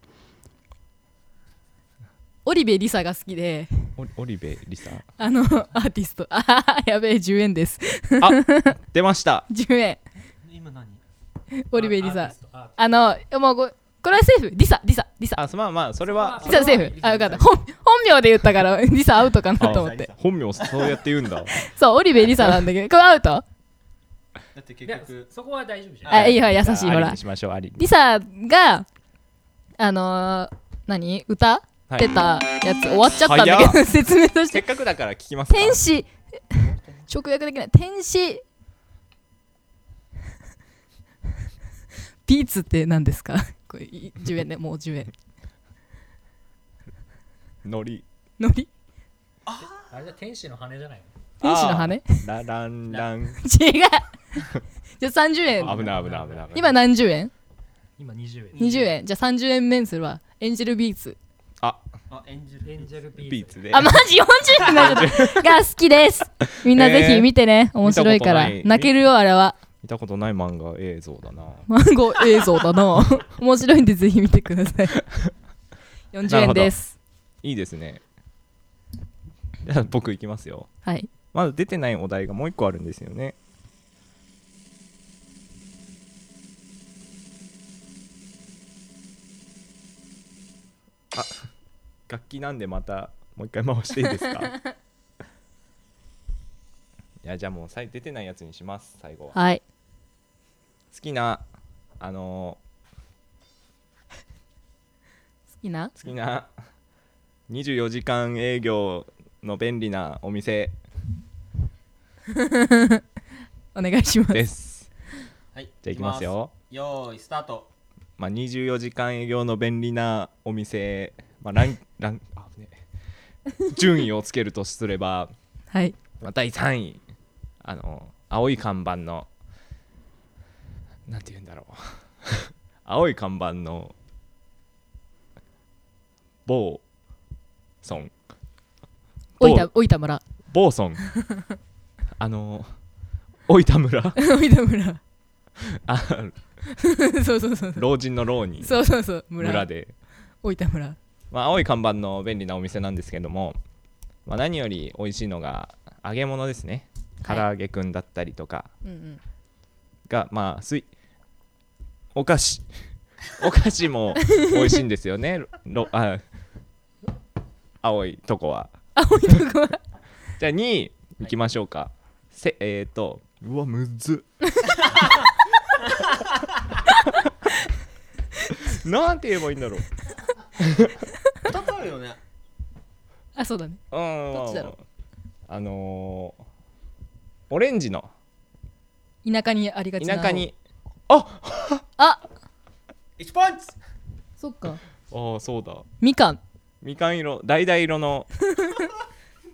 [SPEAKER 5] 織部リサが好きで
[SPEAKER 2] お織部リサ
[SPEAKER 5] あのアーティスト (laughs) あははやべえ10円です
[SPEAKER 2] 出ました
[SPEAKER 5] 10円
[SPEAKER 3] 今何
[SPEAKER 5] 織部リサあのもうごこれはセーフリサリサリサ
[SPEAKER 2] あすまあまあそれは
[SPEAKER 5] リサセーフあよかった本本名で言ったからリサアウトかなと思って
[SPEAKER 2] 本名そうやって言うんだ
[SPEAKER 5] そう織部リサなんだけどこれアウト
[SPEAKER 8] だって結局
[SPEAKER 3] そこは大丈夫じ
[SPEAKER 5] あいいほら優しい
[SPEAKER 2] あ
[SPEAKER 5] ほ
[SPEAKER 2] あり
[SPEAKER 5] ら
[SPEAKER 2] にしましょうありに
[SPEAKER 5] リサがあのー何歌っ
[SPEAKER 2] はい
[SPEAKER 5] てたやつ終わっちゃったんだけど (laughs) 説明とし
[SPEAKER 2] (laughs) せってかくだから聞きますか
[SPEAKER 5] 天使直訳できない天使ピーツって何ですかこれい10円ねもう10円
[SPEAKER 2] のり
[SPEAKER 5] のり
[SPEAKER 3] あれじゃ天使の羽じゃない
[SPEAKER 5] 天使の羽
[SPEAKER 2] ラランラン
[SPEAKER 5] 違うじゃあ30円
[SPEAKER 2] 危ない危ない危ない危ない
[SPEAKER 5] 今何十円
[SPEAKER 3] 今20円
[SPEAKER 5] 20円じゃあ30円面するわエンジェルビーツ
[SPEAKER 8] あエンジェルエンジェル
[SPEAKER 2] ビーツで
[SPEAKER 5] あマジ40円になっち
[SPEAKER 2] (laughs)
[SPEAKER 5] ゃったが好きですみんなぜひ見てね、面白いか
[SPEAKER 2] 見たこ
[SPEAKER 5] ら
[SPEAKER 2] とない
[SPEAKER 5] 泣けるよあれは
[SPEAKER 2] 見たことない漫画映像だな
[SPEAKER 5] マンゴー映像
[SPEAKER 2] (laughs)
[SPEAKER 5] だな面白いんでぜひ見てください40円です
[SPEAKER 2] いいですね (laughs) じゃあ僕いきますよ
[SPEAKER 5] はい
[SPEAKER 2] まだ出てないお題がもう一個あるんですよねあ楽器なんでまたもう一回回していいですか
[SPEAKER 5] (laughs)
[SPEAKER 2] いやじゃあもうさい出てないやつにします最後は
[SPEAKER 5] はい
[SPEAKER 2] 好きなあの
[SPEAKER 5] 好きな
[SPEAKER 2] ー好きな24時間営業の便利なお店
[SPEAKER 5] お願いします
[SPEAKER 2] です
[SPEAKER 8] (laughs) はい
[SPEAKER 2] じゃあいきますよ
[SPEAKER 8] よーいスタート
[SPEAKER 2] まあ、24時間営業の便利なお店、まあ、ランランあ危ねえ順位をつけるとすれば、
[SPEAKER 5] はい
[SPEAKER 2] まあ、第3位あの青い看板のなんて言うんだろう (laughs) 青い看板のボーソン
[SPEAKER 5] お
[SPEAKER 2] 某
[SPEAKER 5] いたおいた村
[SPEAKER 2] ボーソン (laughs) あの老いた
[SPEAKER 5] (laughs)
[SPEAKER 2] 村
[SPEAKER 5] (laughs) おいた村
[SPEAKER 2] あ
[SPEAKER 5] そうそうそう
[SPEAKER 2] 老人の老に
[SPEAKER 5] そうそうそう村
[SPEAKER 2] 村で
[SPEAKER 5] おいた村
[SPEAKER 2] まあ、青い看板の便利なお店なんですけども、まあ、何より美味しいのが揚げ物ですね唐
[SPEAKER 5] はい
[SPEAKER 2] 揚げくんだったりとか
[SPEAKER 5] うんうん
[SPEAKER 2] が、まあすいお菓子 (laughs) お菓子も美味しいんですよねろあ青いとこは
[SPEAKER 5] 青いとこは
[SPEAKER 2] (laughs) じゃあ2位いきましょうか、せえっ、ー、とうわむずっ (laughs) なんて言えばいいんだろう
[SPEAKER 8] 2つあるよね
[SPEAKER 5] あそうだね
[SPEAKER 2] うん
[SPEAKER 5] どっちだろう
[SPEAKER 2] あのー、オレンジの
[SPEAKER 5] 田舎にありがちな
[SPEAKER 2] 田舎に
[SPEAKER 5] あ
[SPEAKER 8] 1ポイント
[SPEAKER 5] そっか
[SPEAKER 2] ああそうだ
[SPEAKER 5] みかん
[SPEAKER 2] みかん色橙色の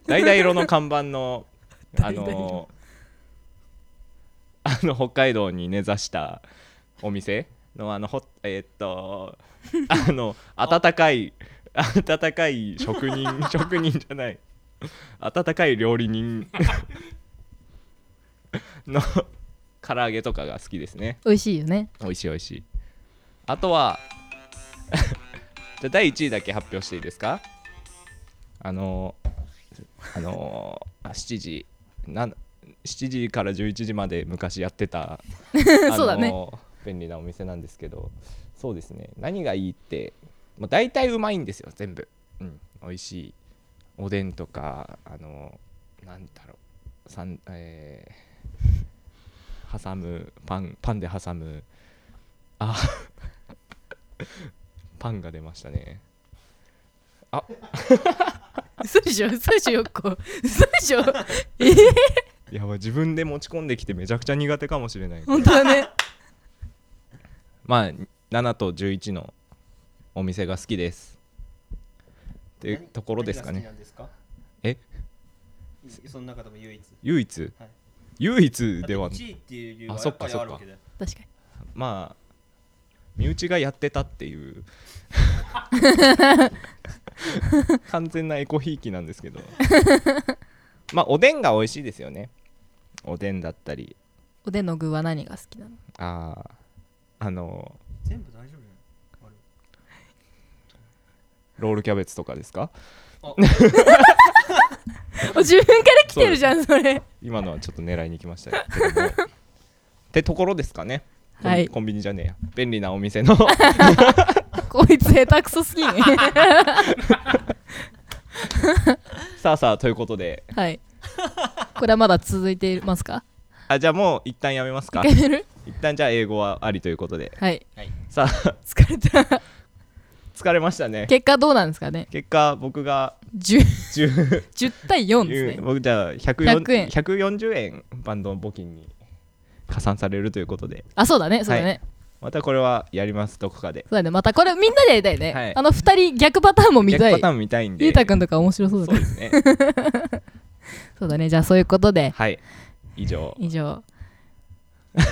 [SPEAKER 2] 橙色の看板のあのー、あの北海道に根ざしたお店のあのほえーっとあの温かい温かい職人職人じゃない温かい料理人の唐揚げとかが好きですね
[SPEAKER 5] 美味しいよね
[SPEAKER 2] 美味しい美味しいあとは (laughs) じゃあ第1位だけ発表していいですかあのーあのーあ7時なん7時から11時まで昔やってた
[SPEAKER 5] (laughs) そうだね
[SPEAKER 2] あのー便利なお店なんですけどそうですね何がいいってもう大体うまいんですよ全部、うん、美味しいおでんとかあのーなんだろうさん、えー挟むパンパンで挟むあパンが出ましたね
[SPEAKER 5] 嘘でしょ嘘でしょよっこ嘘でしょえー、
[SPEAKER 2] いやばい自分で持ち込んできてめちゃくちゃ苦手かもしれない
[SPEAKER 5] (laughs) 本当だね
[SPEAKER 2] まあ7と11のお店が好きですっていうところですか
[SPEAKER 8] 何
[SPEAKER 2] ね
[SPEAKER 8] が好きなんですか
[SPEAKER 2] え
[SPEAKER 8] その中でも唯一
[SPEAKER 2] 唯一
[SPEAKER 8] はい
[SPEAKER 2] 唯一では
[SPEAKER 8] 1位っていう理由
[SPEAKER 2] あ
[SPEAKER 8] は
[SPEAKER 2] そ
[SPEAKER 8] や
[SPEAKER 2] っ
[SPEAKER 8] っ
[SPEAKER 2] か
[SPEAKER 8] ぱり
[SPEAKER 2] そっ
[SPEAKER 8] あ
[SPEAKER 2] か
[SPEAKER 8] るわけで
[SPEAKER 5] 確かに
[SPEAKER 2] まあ身内がやってたっていう
[SPEAKER 8] (laughs)
[SPEAKER 2] 完全なエコひいきなんですけどまあおでんが美味しいですよねおでんだったり
[SPEAKER 5] おでんの具は何が好きなの
[SPEAKER 2] あああの
[SPEAKER 8] 全部大丈夫なの
[SPEAKER 2] ロールキャベツとかですか
[SPEAKER 5] (laughs) 自分から来てるじゃんそれ
[SPEAKER 2] 今のはちょっと狙いに行きましたけ
[SPEAKER 8] (laughs)
[SPEAKER 2] どもってところですかねコン
[SPEAKER 5] はい
[SPEAKER 2] コンビニじゃねえや便利なお店
[SPEAKER 5] (laughs)
[SPEAKER 2] の
[SPEAKER 5] こいつ下手くそすぎ (laughs) ね
[SPEAKER 2] さあさあということで
[SPEAKER 5] はいこれはまだ続いていますか
[SPEAKER 2] あじゃあもう一旦やめますか
[SPEAKER 5] いける
[SPEAKER 2] 一旦じゃあ英語はありということで
[SPEAKER 5] はい
[SPEAKER 2] さあ
[SPEAKER 5] 疲れた
[SPEAKER 2] 疲れましたね
[SPEAKER 5] 結果どうなんですかね
[SPEAKER 2] 結果僕が
[SPEAKER 5] 10,
[SPEAKER 2] 10
[SPEAKER 5] 10対4ですね
[SPEAKER 2] 僕じゃあ140
[SPEAKER 5] 100円
[SPEAKER 2] 140円バンドの募金に加算されるということで
[SPEAKER 5] あそうだねそうだね、
[SPEAKER 2] はいまたこれはやりますどこかで
[SPEAKER 5] そうだねまたこれみんなでやりたいね、
[SPEAKER 2] はい
[SPEAKER 5] あの2人逆パターンも見た
[SPEAKER 2] 逆
[SPEAKER 5] い
[SPEAKER 2] パターン見たいんで
[SPEAKER 5] ゆうたくんとか面白そうだ
[SPEAKER 2] そう
[SPEAKER 5] ね
[SPEAKER 2] ですね
[SPEAKER 5] そうだねじゃあそういうことで
[SPEAKER 2] はい以上 (laughs)
[SPEAKER 5] 以上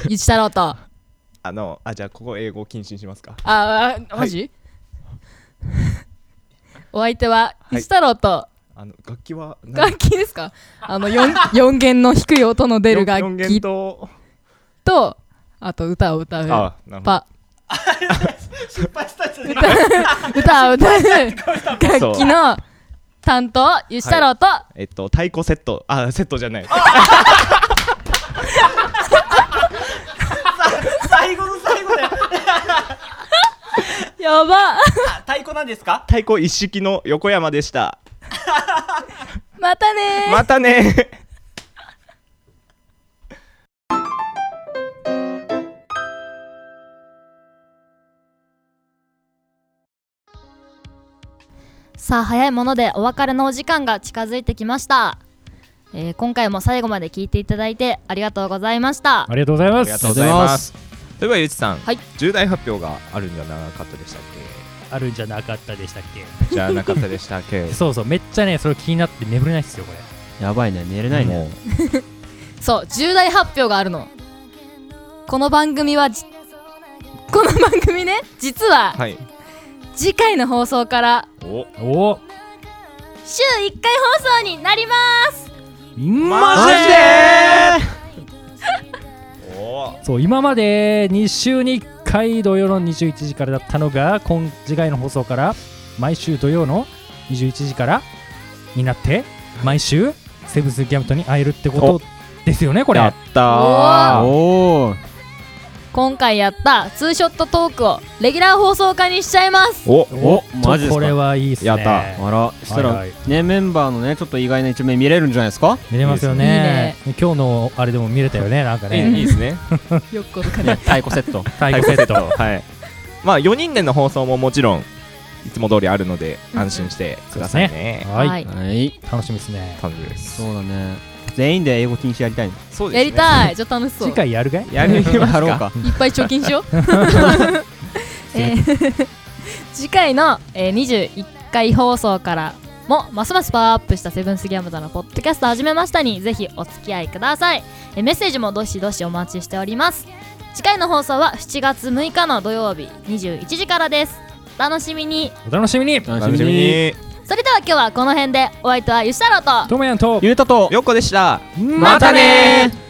[SPEAKER 5] ゆち太郎と
[SPEAKER 2] あのあじゃあここ英語禁止にしますか
[SPEAKER 5] ああマジ、お相手は石太郎と
[SPEAKER 2] あの楽器は何
[SPEAKER 5] 楽器ですか、あの 4, 四弦の低い音の出る楽
[SPEAKER 2] 四
[SPEAKER 5] 器
[SPEAKER 2] 弦と
[SPEAKER 5] とあと歌を歌う
[SPEAKER 2] あなるほど
[SPEAKER 5] パ
[SPEAKER 8] 失敗したじゃね
[SPEAKER 5] 歌
[SPEAKER 2] (laughs)
[SPEAKER 5] を歌う楽器の担当ゆち太郎と、
[SPEAKER 2] えっと太鼓セットあセットじゃない
[SPEAKER 8] 最後の最後で
[SPEAKER 5] やば
[SPEAKER 8] あ太鼓なんですか
[SPEAKER 2] 太鼓一式の横山でした
[SPEAKER 5] またねー
[SPEAKER 2] またね
[SPEAKER 5] さあ早いものでお別れのお時間が近づいてきました、えー今回も最後まで聞いていただいてありがとうございました
[SPEAKER 3] ありがとうござい
[SPEAKER 2] あ
[SPEAKER 3] ま
[SPEAKER 2] りが
[SPEAKER 3] す
[SPEAKER 2] とうございます例えばゆうちさん、
[SPEAKER 5] はい
[SPEAKER 2] 重大発表があるんじゃなかったでしたっ
[SPEAKER 3] あるんじゃなかったでしたっ
[SPEAKER 2] けじゃなかったでしたっけ
[SPEAKER 3] け
[SPEAKER 5] (laughs)
[SPEAKER 3] そうそうめっちゃねそれ気になって眠れないっすよこれ
[SPEAKER 4] やばいね、寝れないね。
[SPEAKER 5] そう重大発表があるのこの番組はじこの番組ね実は
[SPEAKER 2] はい
[SPEAKER 5] 次回の放送から
[SPEAKER 2] お
[SPEAKER 3] おお
[SPEAKER 5] 週1回放送になります
[SPEAKER 3] マ
[SPEAKER 2] おー
[SPEAKER 3] そう今まで2週に1回土曜の21時からだったのが今次回の放送から毎週土曜の21時からになって毎週セブンスギャムトに会えるってことですよねこ
[SPEAKER 2] や
[SPEAKER 3] れ
[SPEAKER 2] った
[SPEAKER 5] あ
[SPEAKER 2] ー
[SPEAKER 4] おお。
[SPEAKER 5] 今回やったツーショットトークをレギュラー放送化にしちゃいます
[SPEAKER 2] お
[SPEAKER 4] お、マジで
[SPEAKER 3] ちょこ
[SPEAKER 4] す
[SPEAKER 3] れ
[SPEAKER 4] か。
[SPEAKER 3] はいいっすね
[SPEAKER 2] やった
[SPEAKER 4] あら、した
[SPEAKER 3] は
[SPEAKER 4] ら
[SPEAKER 3] いは、
[SPEAKER 4] ね、メンバーのね、ちょっと意外な一面見れるんじゃないですか。
[SPEAKER 3] 見れますよね
[SPEAKER 5] いいね
[SPEAKER 3] 今日のあれでも見れたよねなんか
[SPEAKER 2] いいいい
[SPEAKER 3] ね
[SPEAKER 2] ですね
[SPEAKER 5] よっことか
[SPEAKER 4] ね太鼓セット。
[SPEAKER 3] 太鼓セット
[SPEAKER 2] はいまあ4人での放送ももちろんいつも通りあるので安心してくださいね
[SPEAKER 3] はい、
[SPEAKER 5] はい
[SPEAKER 4] はい。
[SPEAKER 3] 楽しみですね
[SPEAKER 2] 楽しみです
[SPEAKER 4] そうだね。全員で英語禁止やりたいね。
[SPEAKER 2] そうです
[SPEAKER 5] や
[SPEAKER 2] ね
[SPEAKER 5] りたいちょっと楽しそう
[SPEAKER 3] 次
[SPEAKER 5] いっ
[SPEAKER 3] 回やるかい
[SPEAKER 2] やります
[SPEAKER 4] や
[SPEAKER 2] か
[SPEAKER 4] ろうか。
[SPEAKER 5] ぱい貯金しようえー次回の、えー、21回放送からもますますパワーアップしたセブンスギャムザのポッドキャスト始めましたにぜひお付き合いください、えーメッセージもどしどしお待ちしております次回の放送は7月6日の土曜日21時からですお楽しみに
[SPEAKER 3] お楽しみに
[SPEAKER 2] 楽しみに
[SPEAKER 5] それでは今日はこの辺でお相手はゆしたろうと
[SPEAKER 3] トモヤンと
[SPEAKER 4] ゆうたと。
[SPEAKER 2] よっこでした
[SPEAKER 3] ま
[SPEAKER 4] たねー